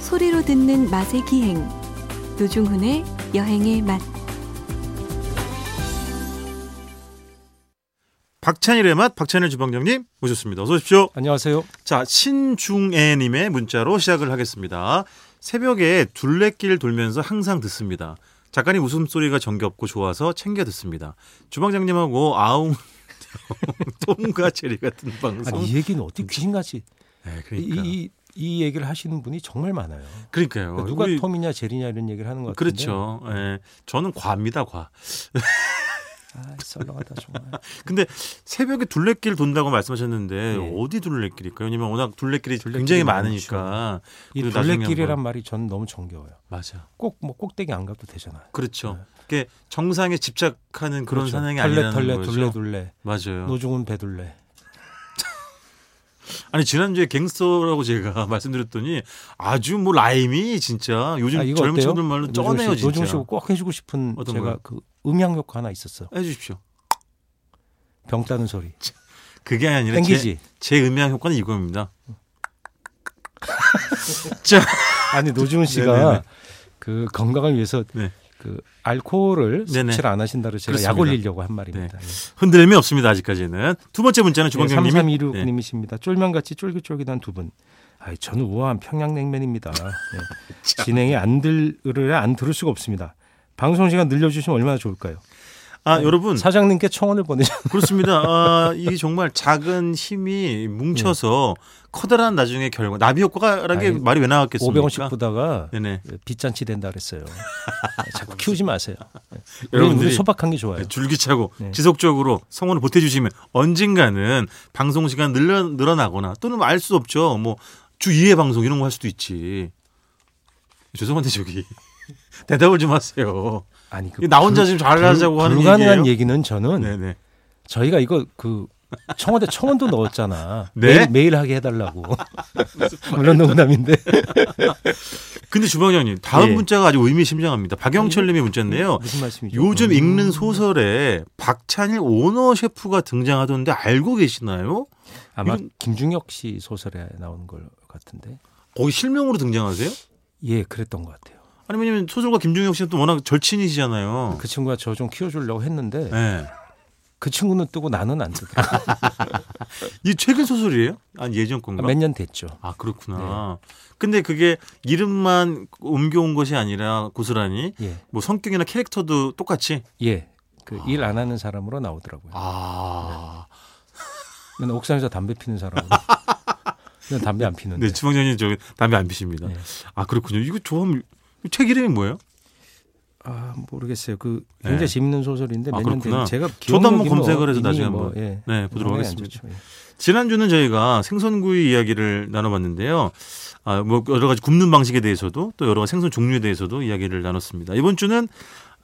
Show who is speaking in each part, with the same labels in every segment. Speaker 1: 소리로 듣는 맛의 기행 노중훈의 여행의 맛
Speaker 2: 박찬일의 맛 박찬일 주방장님 모셨습니다. 어서 오십시오.
Speaker 3: 안녕하세요.
Speaker 2: 자 신중애님의 문자로 시작을 하겠습니다. 새벽에 둘레길 돌면서 항상 듣습니다. 작가님 웃음소리가 정겹고 좋아서 챙겨 듣습니다. 주방장님하고 아웅 통과 체리 같은 방송.
Speaker 3: 아니, 이 얘기는 어떻게 귀신같이
Speaker 2: 네,
Speaker 3: 이,
Speaker 2: 그러니까.
Speaker 3: 이, 이 얘기를 하시는 분이 정말 많아요.
Speaker 2: 그러니까요.
Speaker 3: 그러니까 누가
Speaker 2: 어, 우리-
Speaker 3: 톰이냐 제리냐 이런 얘기를 하는 것 같은데.
Speaker 2: 그렇죠. 예. 저는 과입니다, 과.
Speaker 3: 아, 썰렁하다 정말.
Speaker 2: 근데 새벽에 둘레길 돈다고 말씀하셨는데
Speaker 3: 예.
Speaker 2: 어디 둘레길일까요? 왜냐면 워낙 둘레길이
Speaker 3: 둘레길이
Speaker 2: 굉장히
Speaker 3: 많죠.
Speaker 2: 많으니까.
Speaker 3: 이
Speaker 2: 그리고 나중에
Speaker 3: 둘레길이란
Speaker 2: 한번-
Speaker 3: 말이 전 너무 정겨워요.
Speaker 2: 맞아.
Speaker 3: 꼭 뭐 꼭대기 안 가도 되잖아요.
Speaker 2: 그렇죠. 그게 정상에 집착하는 그런
Speaker 3: 네. 그렇죠.
Speaker 2: 사냥이
Speaker 3: 털레
Speaker 2: 아니라는
Speaker 3: 털레
Speaker 2: 거죠. 어.
Speaker 3: 둘레 둘레
Speaker 2: 맞아요.
Speaker 3: 노중훈 배둘레.
Speaker 2: 아니 지난주에 갱스터라고 제가 말씀드렸더니 아주 뭐 라임이 진짜 요즘
Speaker 3: 아, 이거
Speaker 2: 젊은
Speaker 3: 어때요?
Speaker 2: 친구들 말로
Speaker 3: 노중훈
Speaker 2: 쩌네요
Speaker 3: 씨, 노중훈
Speaker 2: 진짜.
Speaker 3: 씨고 꼭 해주고 싶은
Speaker 2: 어떤
Speaker 3: 제가
Speaker 2: 거요?
Speaker 3: 그 음향 효과 하나 있었어. 요
Speaker 2: 해주십시오.
Speaker 3: 병 따는 소리.
Speaker 2: 그게 아니라 제,
Speaker 3: 땡기지.
Speaker 2: 제 음향 효과는 이겁니다.
Speaker 3: 아니 노중훈
Speaker 2: 네네네.
Speaker 3: 씨가 그 건강을 위해서
Speaker 2: 네.
Speaker 3: 그 알코올을
Speaker 2: 네네.
Speaker 3: 섭취를 안 하신다를 제가
Speaker 2: 그렇습니다. 네.
Speaker 3: 약 올리려고 한 말입니다. 예.
Speaker 2: 흔들림이 없습니다 아직까지는. 두 번째 문자는 주방장님이
Speaker 3: 네,
Speaker 2: 네.
Speaker 3: 3326님이십니다. 쫄면같이 쫄깃쫄깃한 두 분. 아, 저는 우아한 평양냉면입니다. 예. 진행이 안 들으려 안 들을 수가 없습니다. 방송 시간 늘려주시면 얼마나 좋을까요?
Speaker 2: 아
Speaker 3: 네.
Speaker 2: 여러분
Speaker 3: 사장님께 청원을 보내죠.
Speaker 2: 그렇습니다. 아, 이게 정말 작은 힘이 뭉쳐서 커다란 나중에 결과 나비 효과라는 게
Speaker 3: 음. 아니,
Speaker 2: 말이 왜 나왔겠습니까?
Speaker 3: 500원씩 보다가
Speaker 2: 네네.
Speaker 3: 빚잔치 된다 그랬어요. 예, 자꾸 키우지 마세요. 예. 우리,
Speaker 2: 여러분들이
Speaker 3: 우리 소박한 게 좋아요.
Speaker 2: 줄기차고
Speaker 3: 네.
Speaker 2: 지속적으로 성원을 보태주시면 언젠가는 방송 시간 늘려, 늘어나거나 또는 알 수 없죠. 뭐 주 2회 방송 이런 거 할 수도 있지. 죄송한데 저기 대답을 좀 하세요.
Speaker 3: 아니 그
Speaker 2: 나 혼자
Speaker 3: 불-
Speaker 2: 지금 잘하자고
Speaker 3: 불-
Speaker 2: 하는
Speaker 3: 불가능한
Speaker 2: 얘기예요?
Speaker 3: 얘기는 저는
Speaker 2: 네네.
Speaker 3: 저희가 이거 그 청와대 청원도 넣었잖아.
Speaker 2: 네?
Speaker 3: 매일, 매일 하게 해달라고. 물론 농담인데.
Speaker 2: 근데 주방장님 다음
Speaker 3: 예.
Speaker 2: 문자가 아주 의미심장합니다. 박영철님의 문자인데요.
Speaker 3: 무슨 말씀이죠?
Speaker 2: 어, 요즘
Speaker 3: 음.
Speaker 2: 읽는 소설에 박찬일 오너 셰프가 등장하던데 알고 계시나요?
Speaker 3: 아마
Speaker 2: 이런-
Speaker 3: 김중혁 씨 소설에 나오는 걸 같은데.
Speaker 2: 거기 실명으로 등장하세요?
Speaker 3: 예, 그랬던 것 같아요.
Speaker 2: 아니 왜냐면 소설가 김종혁 씨는 또 워낙 절친이시잖아요.
Speaker 3: 그 친구가 저 좀 키워주려고 했는데
Speaker 2: 네. 아,
Speaker 3: 그 친구는 뜨고 나는 안 뜨더라고요.
Speaker 2: 이 최근 소설이에요? 아니 예전 건가?
Speaker 3: 몇 년 됐죠.
Speaker 2: 아 그렇구나.
Speaker 3: 네.
Speaker 2: 근데 그게 이름만 옮겨온 것이 아니라 고스란히
Speaker 3: 예,
Speaker 2: 뭐 성격이나 캐릭터도 똑같이.
Speaker 3: 예. 그 일 안 하는 사람으로 나오더라고요.
Speaker 2: 아.
Speaker 3: 맨날 옥상에서 담배 피는 사람으로. 난 담배 안 피는데.
Speaker 2: 네, 주방장님 저 담배 안 피십니다.
Speaker 3: 네.
Speaker 2: 아 그렇군요. 이거 조합 책 이름이 뭐예요?
Speaker 3: 아 모르겠어요. 그
Speaker 2: 네.
Speaker 3: 굉장히 재밌는 소설인데
Speaker 2: 아,
Speaker 3: 몇 년
Speaker 2: 그렇구나.
Speaker 3: 됐는데 제가
Speaker 2: 저도 한번
Speaker 3: 기억력이 뭐
Speaker 2: 검색을 해서
Speaker 3: 이미
Speaker 2: 나중에
Speaker 3: 뭐,
Speaker 2: 한번,
Speaker 3: 예,
Speaker 2: 네, 보도록
Speaker 3: 상당히 안
Speaker 2: 하겠습니다.
Speaker 3: 좋죠. 예.
Speaker 2: 지난주는 저희가 생선구이 이야기를 나눠봤는데요. 아, 뭐 여러 가지 굽는 방식에 대해서도 또 여러 가지 생선 종류에 대해서도 이야기를 나눴습니다. 이번 주는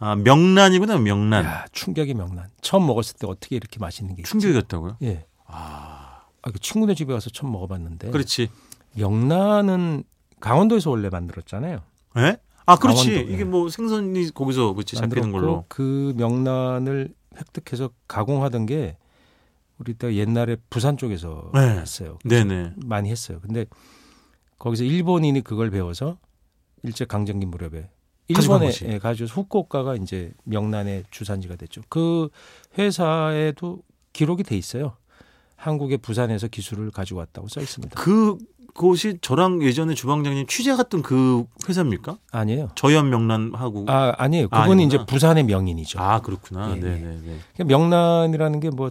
Speaker 2: 아, 명란이구나 명란.
Speaker 3: 야, 충격이 명란. 처음 먹었을 때 어떻게 이렇게 맛있는 게 있지?
Speaker 2: 충격이었다고요?
Speaker 3: 예. 아, 그 친구네 집에 가서 처음 먹어봤는데.
Speaker 2: 그렇지.
Speaker 3: 명란은 강원도에서 원래 만들었잖아요.
Speaker 2: 예? 아 그렇지.
Speaker 3: 강원도,
Speaker 2: 이게
Speaker 3: 예.
Speaker 2: 뭐 생선이 거기서 그렇지 잡히는
Speaker 3: 만들었고
Speaker 2: 걸로.
Speaker 3: 그 명란을 획득해서 가공하던 게 우리 때 옛날에 부산 쪽에서
Speaker 2: 네.
Speaker 3: 했어요.
Speaker 2: 네네.
Speaker 3: 많이 했어요. 근데 거기서 일본인이 그걸 배워서 일제 강점기 무렵에
Speaker 2: 가져간
Speaker 3: 일본에
Speaker 2: 거지.
Speaker 3: 예, 가지고 후쿠오카가 이제 명란의 주산지가 됐죠. 그 회사에도 기록이 돼 있어요. 한국의 부산에서 기술을 가지고 왔다고 써 있습니다.
Speaker 2: 그 곳이 저랑 예전에 주방장님 취재 갔던 그 회사입니까?
Speaker 3: 아니에요.
Speaker 2: 저연 명란하고. 아,
Speaker 3: 아 아니에요.
Speaker 2: 아,
Speaker 3: 그분이
Speaker 2: 아니구나.
Speaker 3: 이제 부산의 명인이죠.
Speaker 2: 그렇구나.
Speaker 3: 예, 예.
Speaker 2: 네네네.
Speaker 3: 그러니까 명란이라는 게 뭐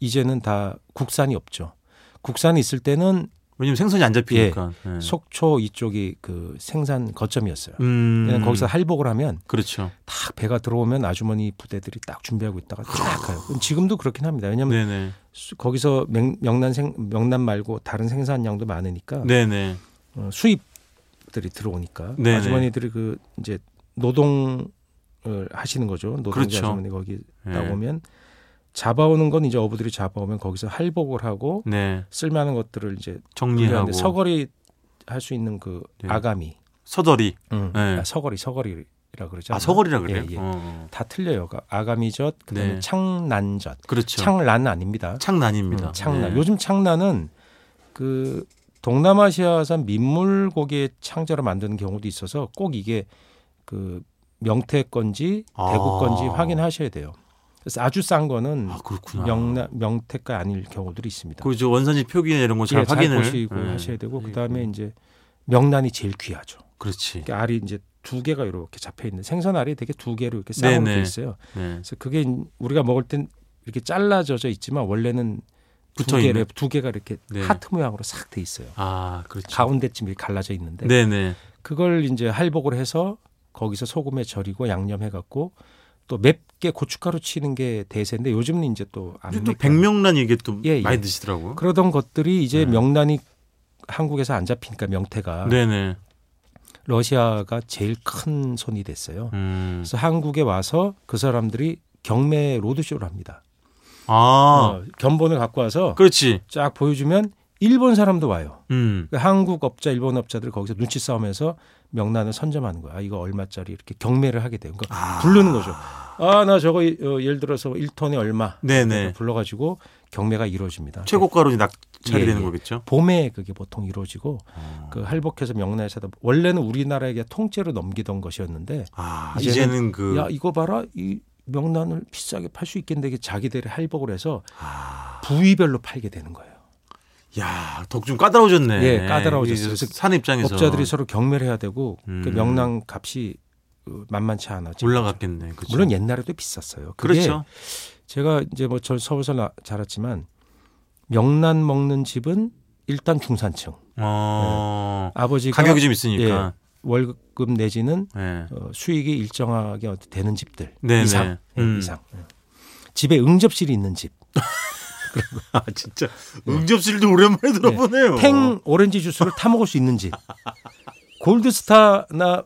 Speaker 3: 이제는 다 국산이 없죠. 국산이 있을 때는
Speaker 2: 왜냐면 생선이 안 잡히니까. 예.
Speaker 3: 속초 이쪽이 그 생산 거점이었어요.
Speaker 2: 음.
Speaker 3: 거기서 할복을 하면
Speaker 2: 그렇죠.
Speaker 3: 딱 배가 들어오면 아주머니 부대들이 딱 준비하고 있다가 쫙 가요. 그럼 지금도 그렇긴 합니다. 왜냐하면
Speaker 2: 아. 네네.
Speaker 3: 수- 거기서 명, 명란 생, 명란 말고 다른 생산량도 많으니까
Speaker 2: 네네.
Speaker 3: 어, 수입들이 들어오니까
Speaker 2: 네네.
Speaker 3: 아주머니들이 그 이제 노동을 하시는 거죠. 노동자
Speaker 2: 그렇죠.
Speaker 3: 아주머니 거기
Speaker 2: 예.
Speaker 3: 나오면 잡아오는 건 이제 어부들이 잡아오면 거기서 할복을 하고
Speaker 2: 네.
Speaker 3: 쓸만한 것들을 이제
Speaker 2: 정리하고
Speaker 3: 분류하는데 서거리 할 수 있는 그
Speaker 2: 네.
Speaker 3: 아가미,
Speaker 2: 서더리.
Speaker 3: 음,
Speaker 2: 네.
Speaker 3: 아, 서거리 서거리라 그러죠.
Speaker 2: 아 서거리라 그래요.
Speaker 3: 예, 예.
Speaker 2: 어, 어.
Speaker 3: 다 틀려요. 그 아가미젓, 그다음에
Speaker 2: 네.
Speaker 3: 창난젓.
Speaker 2: 그렇죠. 예.
Speaker 3: 창란은 아닙니다.
Speaker 2: 창, 난입니다 네.
Speaker 3: 음, 창란. 요즘 창란은 그 동남아시아산 민물고기의 창자로 만드는 경우도 있어서 꼭 이게 그 명태 건지 대구
Speaker 2: 아.
Speaker 3: 건지 확인하셔야 돼요. 그래서 아주 싼 거는
Speaker 2: 아 그렇구나.
Speaker 3: 명나, 명태가 아닐 경우들이 있습니다.
Speaker 2: 그저 원산지 표기나 이런 거 잘
Speaker 3: 예,
Speaker 2: 확인을
Speaker 3: 보시고
Speaker 2: 예.
Speaker 3: 하셔야 되고 그다음에 이제 명란이 제일 귀하죠.
Speaker 2: 그렇지.
Speaker 3: 이렇게 알이 이제 두 개가 이렇게 잡혀 있는 생선 알이 되게 두 개로 이렇게 쌓아놓은
Speaker 2: 네네.
Speaker 3: 게 있어요.
Speaker 2: 네.
Speaker 3: 그래서 그게 인- 우리가 먹을 땐 이렇게 잘라져져 있지만 원래는 두,
Speaker 2: 붙어있는.
Speaker 3: 개를- 두 개가 이렇게
Speaker 2: 네.
Speaker 3: 하트 모양으로 싹 돼 있어요.
Speaker 2: 아 그렇죠.
Speaker 3: 가운데쯤 이 갈라져 있는데
Speaker 2: 네네.
Speaker 3: 그걸 이제 할복을 해서 거기서 소금에 절이고 양념해 갖고 또 맵게 고춧가루 치는 게 대세인데 요즘은 이제
Speaker 2: 근데
Speaker 3: 또안
Speaker 2: 또 백명란 이게 또
Speaker 3: 예, 예.
Speaker 2: 많이 드시더라고요.
Speaker 3: 그러던 것들이 이제
Speaker 2: 네.
Speaker 3: 명란이 한국에서 안 잡히니까 명태가
Speaker 2: 네네.
Speaker 3: 러시아가 제일 큰 손이 됐어요.
Speaker 2: 음.
Speaker 3: 그래서 한국에 와서 그 사람들이 경매 로드쇼를 합니다.
Speaker 2: 아
Speaker 3: 어, 견본을 갖고 와서
Speaker 2: 그렇지.
Speaker 3: 쫙 보여주면 일본 사람도 와요.
Speaker 2: 음.
Speaker 3: 그 한국 업자, 일본 업자들 거기서 눈치 싸움에서 명란을 선점하는 거야. 아, 이거 얼마짜리 이렇게 경매를 하게 돼요. 그러니까
Speaker 2: 아.
Speaker 3: 부르는 거죠. 아, 나 저거 이- 어, 예를 들어서 1톤에 얼마
Speaker 2: 네네.
Speaker 3: 불러가지고 경매가 이루어집니다.
Speaker 2: 최고가로 이제 낙찰이
Speaker 3: 예,
Speaker 2: 되는
Speaker 3: 예.
Speaker 2: 거겠죠.
Speaker 3: 봄에 그게 보통 이루어지고
Speaker 2: 어.
Speaker 3: 그 할복해서 명란에서다 원래는 우리나라에게 통째로 넘기던 것이었는데
Speaker 2: 아
Speaker 3: 이제는-
Speaker 2: 이제는 그
Speaker 3: 야 이거 봐라 이 명란을 비싸게 팔 수 있겠는데 이게 자기들이 할복을 해서
Speaker 2: 아,
Speaker 3: 부위별로 팔게 되는 거예요.
Speaker 2: 야, 덕 좀 까다로워졌네.
Speaker 3: 예, 까다로워졌어요.
Speaker 2: 이제
Speaker 3: 즉,
Speaker 2: 산 입장에서
Speaker 3: 업자들이 서로 경매를 해야 되고 그
Speaker 2: 음.
Speaker 3: 명란 값이 어, 만만치 않아. 지금.
Speaker 2: 올라갔겠네. 그렇죠.
Speaker 3: 물론 옛날에도 비쌌어요. 그게
Speaker 2: 그렇죠.
Speaker 3: 제가 이제 뭐 저 서울서 나- 자랐지만 명란 먹는 집은 일단 중산층.
Speaker 2: 어,
Speaker 3: 아버지가 예,
Speaker 2: 가격이 좀 있으니까.
Speaker 3: 월급 내지는
Speaker 2: 예.
Speaker 3: 어, 수익이 일정하게 어디 되는 집들
Speaker 2: 네네.
Speaker 3: 이상 예,
Speaker 2: 음.
Speaker 3: 이상 예. 집에 응접실이 있는 집.
Speaker 2: 아 진짜
Speaker 3: 네.
Speaker 2: 응접실도 오랜만에 들어보네요.
Speaker 3: 팽 오렌지 주스를 타 먹을 수 있는 집. 골드스타나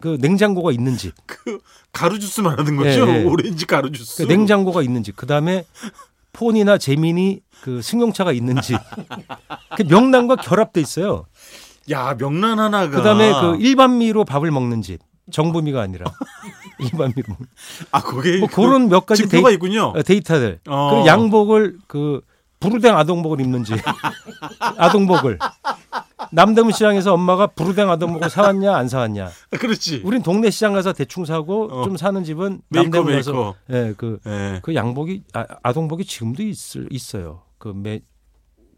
Speaker 3: 그 냉장고가 있는 집.
Speaker 2: 그 가루 주스 말하는 거죠?
Speaker 3: 예, 예.
Speaker 2: 오렌지 가루 주스.
Speaker 3: 그 냉장고가 있는 집. 그다음에 폰이나 재민이 그 승용차가 있는 집. 그 명란과 결합돼 있어요.
Speaker 2: 야 명란 하나가.
Speaker 3: 그다음에 그 일반미로 밥을 먹는 집. 정부미가 아니라 일반미로. 먹는
Speaker 2: 아 그게
Speaker 3: 뭐 그런 몇 가지
Speaker 2: 증표가
Speaker 3: 데이,
Speaker 2: 있군요.
Speaker 3: 어, 데이터들.
Speaker 2: 어.
Speaker 3: 그리고 양복을 그 부르댕 아동복을 입는 집. 아동복을. 남대문 시장에서 엄마가 부르댕 아동복을 사왔냐 안 사왔냐.
Speaker 2: 아, 그렇지.
Speaker 3: 우린 동네 시장 가서 대충 사고
Speaker 2: 어.
Speaker 3: 좀 사는 집은
Speaker 2: 메이커
Speaker 3: 남대문 가서
Speaker 2: 메이커.
Speaker 3: 예, 그,
Speaker 2: 예.
Speaker 3: 그 양복이 아, 동복이 지금도 있을 있어요. 그 매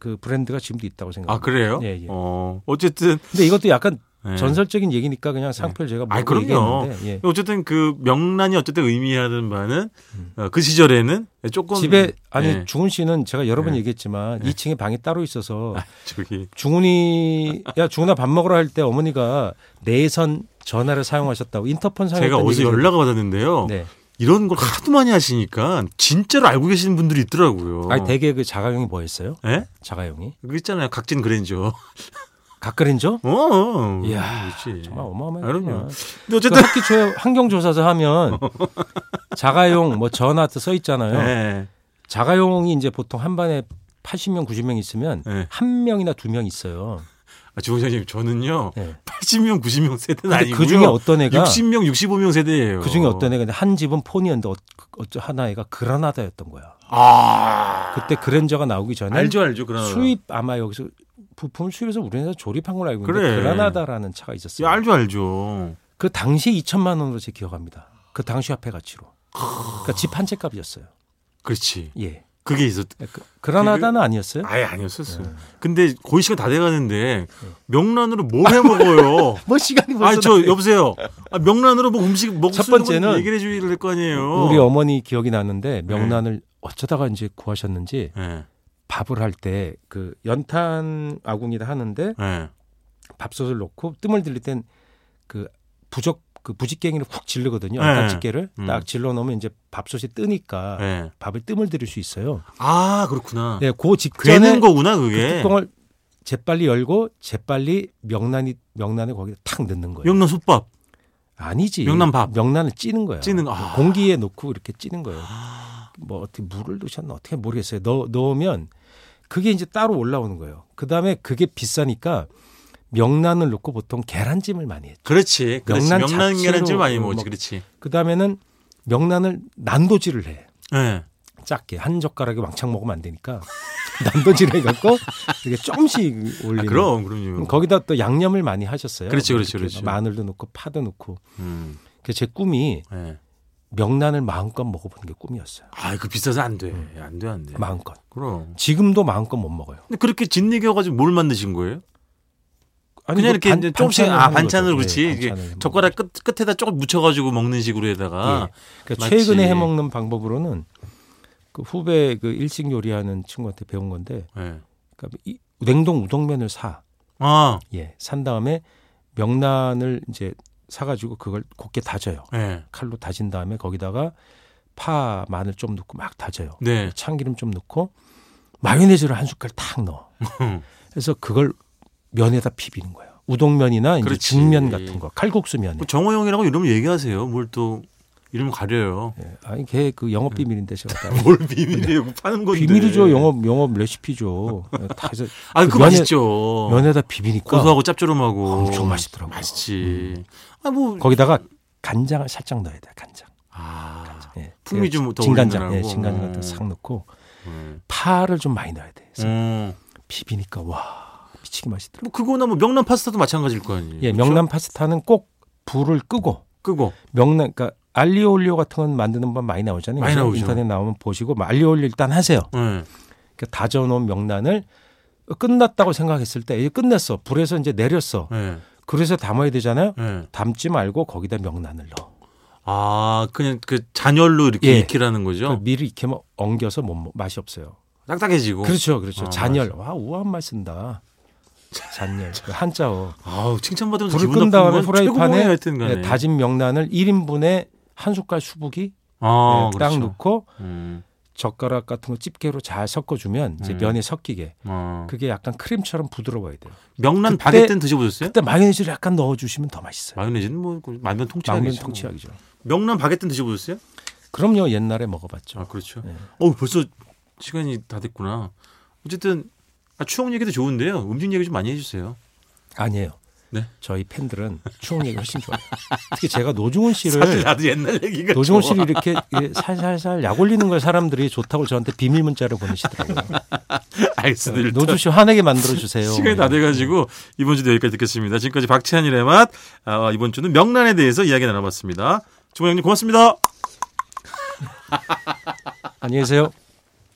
Speaker 3: 그 브랜드가 지금도 있다고
Speaker 2: 아
Speaker 3: 생각합니다.
Speaker 2: 그래요?
Speaker 3: 예, 예.
Speaker 2: 어 어쨌든
Speaker 3: 근데 이것도 약간
Speaker 2: 예.
Speaker 3: 전설적인 얘기니까 그냥 상표를 제가
Speaker 2: 네. 아이,
Speaker 3: 모르고
Speaker 2: 그럼요.
Speaker 3: 얘기했는데 예.
Speaker 2: 어쨌든 그 명란이 어쨌든 의미하는 바는 어, 그 시절에는 조금
Speaker 3: 음. 집에 아니
Speaker 2: 예.
Speaker 3: 중훈 씨는 제가 여러 번
Speaker 2: 예.
Speaker 3: 얘기했지만 2층에 방이 따로 있어서
Speaker 2: 아, 저기
Speaker 3: 중훈이 야 중훈아 밥 먹으러 할 때 어머니가 내선 전화를 사용하셨다고 인터폰 사용했던
Speaker 2: 제가 어디서
Speaker 3: 얘기를-
Speaker 2: 연락을 받았는데요.
Speaker 3: 네.
Speaker 2: 이런 걸 하도 많이 하시니까 진짜로 알고 계시는 분들이 있더라고요.
Speaker 3: 아니 대개 그 자가용이 뭐였어요?
Speaker 2: 예?
Speaker 3: 자가용이
Speaker 2: 그 있잖아요. 각진 그랜저.
Speaker 3: 각그린저?
Speaker 2: 어.
Speaker 3: 이야,
Speaker 2: 그렇지.
Speaker 3: 정말 어마어마해요.
Speaker 2: 그럼요. 근데
Speaker 3: 그
Speaker 2: 네. 어쨌든
Speaker 3: 학기 초에 환경조사서 하면 자가용 뭐 전화트 써 있잖아요.
Speaker 2: 예.
Speaker 3: 자가용이 이제 보통 한 반에 80명, 90명 있으면
Speaker 2: 예.
Speaker 3: 한 명이나 두 명 있어요.
Speaker 2: 아, 주원장님 저는요.
Speaker 3: 네.
Speaker 2: 80명, 90명 세대는
Speaker 3: 근데
Speaker 2: 아니고요.
Speaker 3: 그 중에 어떤 애가
Speaker 2: 60명, 65명 세대예요.
Speaker 3: 그 중에 어떤 애가 근데 한 집은 폰이었는데 어- 어쩌 하나 애가 그라나다였던 거야.
Speaker 2: 아.
Speaker 3: 그때 그랜저가 나오기 전에
Speaker 2: 알죠, 알죠. 그러나
Speaker 3: 수입 아마 여기서 부품 수입해서 우리나라 조립한 걸로 알고 있는데
Speaker 2: 그래.
Speaker 3: 그라나다라는 차가 있었어요.
Speaker 2: 야, 예, 알죠, 알죠.
Speaker 3: 그 당시 2천만 원으로 제 기억합니다. 그 당시 화폐 가치로. 그러니까 집 한 채 값이었어요.
Speaker 2: 그렇지.
Speaker 3: 예.
Speaker 2: 그게 있었.
Speaker 3: 그- 그라나다는 아니었어요?
Speaker 2: 아예 아니었었어요. 근데 거의 시간 다 돼가는데
Speaker 3: 예.
Speaker 2: 명란으로 뭘 해 먹어요?
Speaker 3: 뭐 시간이
Speaker 2: 아니 저 여보세요. 아, 명란으로 뭐 음식 먹을
Speaker 3: 첫
Speaker 2: 수 있는 거
Speaker 3: 번째는
Speaker 2: 얘기를 해줘야 될 거 아니에요.
Speaker 3: 우리 어머니 기억이 나는데 명란을
Speaker 2: 네.
Speaker 3: 어쩌다가 이제 구하셨는지
Speaker 2: 예,
Speaker 3: 밥을 할 때 그 연탄 아궁이다 하는데
Speaker 2: 예.
Speaker 3: 밥솥을 놓고 뜸을 들릴 땐 그 부적 그 부직갱이를 훅 질르거든요.
Speaker 2: 네.
Speaker 3: 연탄 집게를
Speaker 2: 음.
Speaker 3: 딱 질러 놓으면 이제 밥솥이 뜨니까
Speaker 2: 예.
Speaker 3: 밥을 뜸을 들일 수 있어요.
Speaker 2: 아 그렇구나.
Speaker 3: 네, 그
Speaker 2: 되는
Speaker 3: 직전에
Speaker 2: 거구나
Speaker 3: 그
Speaker 2: 그게.
Speaker 3: 뚜껑을 재빨리 열고 재빨리 명란이 명란을 거기다 탁 넣는 거예요.
Speaker 2: 명란 솥밥.
Speaker 3: 아니지.
Speaker 2: 명란밥.
Speaker 3: 명란을 찌는 거야.
Speaker 2: 찌는 거. 아.
Speaker 3: 공기에 넣고 이렇게 찌는 거예요. 뭐 어떻게 물을 넣으셨나 어떻게 모르겠어요. 넣, 넣으면 그게 이제 따로 올라오는 거예요. 그다음에 그게 비싸니까 명란을 넣고 보통 계란찜을 많이 했죠.
Speaker 2: 그렇지. 그렇지. 명란
Speaker 3: 명란
Speaker 2: 뭐
Speaker 3: 자체로
Speaker 2: 계란찜 많이 먹지.
Speaker 3: 먹-
Speaker 2: 그렇지.
Speaker 3: 그다음에는 명란을 난도질을 해.
Speaker 2: 예.
Speaker 3: 작게 한 젓가락에 왕창 먹으면 안 되니까 남도질해 갖고 이렇게 조금씩 올리는. 음,
Speaker 2: 아, 그럼 그럼요.
Speaker 3: 거기다 또 양념을 많이 하셨어요.
Speaker 2: 그렇지, 그렇지,
Speaker 3: 이렇게
Speaker 2: 그렇지.
Speaker 3: 마늘도 넣고 파도 넣고.
Speaker 2: 음.
Speaker 3: 그래서 제 꿈이
Speaker 2: 예.
Speaker 3: 명란을 마음껏 먹어보는 게 꿈이었어요.
Speaker 2: 아, 그 비싸서 안 돼. 안 돼, 안 돼.
Speaker 3: 마음껏.
Speaker 2: 그럼.
Speaker 3: 지금도 마음껏 못 먹어요.
Speaker 2: 근데 그렇게 짓이겨 가지고 뭘 만드신 거예요?
Speaker 3: 아니,
Speaker 2: 그냥
Speaker 3: 뭐
Speaker 2: 이렇게
Speaker 3: 반-
Speaker 2: 이제 조금씩
Speaker 3: 반찬을
Speaker 2: 아
Speaker 3: 하는
Speaker 2: 반찬으로
Speaker 3: 거죠.
Speaker 2: 그렇지
Speaker 3: 예,
Speaker 2: 이게
Speaker 3: 반찬을 먹는
Speaker 2: 젓가락 끝 끝에다 조금 묻혀가지고 먹는 식으로에다가
Speaker 3: 예. 그러니까
Speaker 2: 맞지.
Speaker 3: 최근에 해 먹는 방법으로는 그 후배 그 일식 요리하는 친구한테 배운 건데
Speaker 2: 예.
Speaker 3: 그러니까 이 냉동 우동면을 사.
Speaker 2: 아,
Speaker 3: 예. 산 다음에 명란을 이제 사 가지고 그걸 곱게 다져요.
Speaker 2: 예,
Speaker 3: 칼로 다진 다음에 거기다가 파 마늘 좀 넣고 막 다져요.
Speaker 2: 네,
Speaker 3: 참기름 좀 넣고 마요네즈를 한 숟갈 탁 넣어. 그래서 그걸 면에다 비비는 거예요. 우동면이나 이제
Speaker 2: 그렇지.
Speaker 3: 중면 같은 거, 칼국수 면에.
Speaker 2: 뭐 정호영이라고 이름 얘기하세요. 뭘 또 이름 가려요.
Speaker 3: 예. 아니 걔 그
Speaker 2: 음.
Speaker 3: 영업 비밀인데 제가 따로.
Speaker 2: 뭘 비밀이에요? 파는 건데.
Speaker 3: 비밀이죠. 영업 영업 레시피죠. 다 해서
Speaker 2: 아, 그거
Speaker 3: 그 면에-
Speaker 2: 맛있죠.
Speaker 3: 면에다 비비니까
Speaker 2: 어. 고소하고 어. 짭조름하고.
Speaker 3: 엄청 맛있더라고요. 음.
Speaker 2: 맛있지. 아, 뭐.
Speaker 3: 거기다가 간장을 살짝 넣어야 돼. 간장.
Speaker 2: 아,
Speaker 3: 예.
Speaker 2: 풍미 좀더
Speaker 3: 진간장. 예,
Speaker 2: 올리느라고.
Speaker 3: 진간장
Speaker 2: 음.
Speaker 3: 같은 거 싹 넣고
Speaker 2: 음.
Speaker 3: 파를 좀 많이 넣어야 돼. 그래서
Speaker 2: 음.
Speaker 3: 비비니까 와 미치게 맛있더라고.
Speaker 2: 뭐 그거나 뭐 명란 파스타도 마찬가지일 거 아니에요.
Speaker 3: 예,
Speaker 2: 그렇죠?
Speaker 3: 명란 파스타는 꼭 불을 끄고
Speaker 2: 끄고.
Speaker 3: 명란 그러니까 알리오 올리오 같은 건 만드는 법 많이 나오잖아요.
Speaker 2: 많이 나오죠.
Speaker 3: 인터넷 나오면 보시고 뭐 알리오 올리오 일단 하세요.
Speaker 2: 예.
Speaker 3: 그 다져놓은 명란을 끝났다고 생각했을 때 이제 끝났어. 불에서 이제 내렸어.
Speaker 2: 예.
Speaker 3: 그래서 담아야 되잖아요.
Speaker 2: 예.
Speaker 3: 담지 말고 거기다 명란을 넣어.
Speaker 2: 아, 그냥 그 잔열로 이렇게
Speaker 3: 예.
Speaker 2: 익히라는
Speaker 3: 그
Speaker 2: 거죠.
Speaker 3: 미리 익히면 엉겨서 못 먹- 맛이 없어요.
Speaker 2: 딱딱해지고.
Speaker 3: 그렇죠, 그렇죠.
Speaker 2: 아,
Speaker 3: 잔열. 와 우아한 말 쓴다. 잔열. 그 한자어.
Speaker 2: 아우, 칭찬받으면서
Speaker 3: 불을
Speaker 2: 기분 나쁜
Speaker 3: 끈 다음에
Speaker 2: 건 최고봉이에요,
Speaker 3: 후라이팬에
Speaker 2: 하여튼 간에.
Speaker 3: 예, 다진 명란을 1인분에 한 숟갈 수북이
Speaker 2: 아,
Speaker 3: 예, 딱
Speaker 2: 그렇죠.
Speaker 3: 넣고
Speaker 2: 음.
Speaker 3: 젓가락 같은 거 집게로 잘 섞어주면 이제
Speaker 2: 음.
Speaker 3: 면에 섞이게.
Speaker 2: 어.
Speaker 3: 그게 약간 크림처럼 부드러워야 돼요.
Speaker 2: 명란
Speaker 3: 그때-
Speaker 2: 바게트는 드셔보셨어요?
Speaker 3: 그때 마요네즈를 약간 넣어주시면 더 맛있어요.
Speaker 2: 마요네즈는 뭐 만면
Speaker 3: 망면
Speaker 2: 통치약이죠.
Speaker 3: 통치약이죠.
Speaker 2: 명란 바게트는 드셔보셨어요?
Speaker 3: 그럼요 옛날에 먹어봤죠.
Speaker 2: 아 그렇죠.
Speaker 3: 네.
Speaker 2: 어 벌써 시간이 다 됐구나. 어쨌든 아, 추억 얘기도 좋은데요. 음식 얘기 좀 많이 해주세요.
Speaker 3: 아니에요.
Speaker 2: 네.
Speaker 3: 저희 팬들은 추억 얘기 훨씬 좋아요. 특히 제가 노중훈
Speaker 2: 사실
Speaker 3: 씨를
Speaker 2: 나도 옛날 얘기가
Speaker 3: 노중훈
Speaker 2: 좋아.
Speaker 3: 씨를 이렇게 이게 살살살 약 올리는 걸 사람들이 좋다고 저한테 비밀 문자를 보내시더라고요.
Speaker 2: 알겠습니다.
Speaker 3: 네, 노주 씨 화내게 만들어 주세요. 네.
Speaker 2: 시간이 다 돼가지고 이번 주도 여기까지 듣겠습니다. 지금까지 박찬일의 맛 아, 이번 주는 명란에 대해서 이야기 나눠봤습니다. 주모 형님 고맙습니다.
Speaker 3: 안녕히 계세요.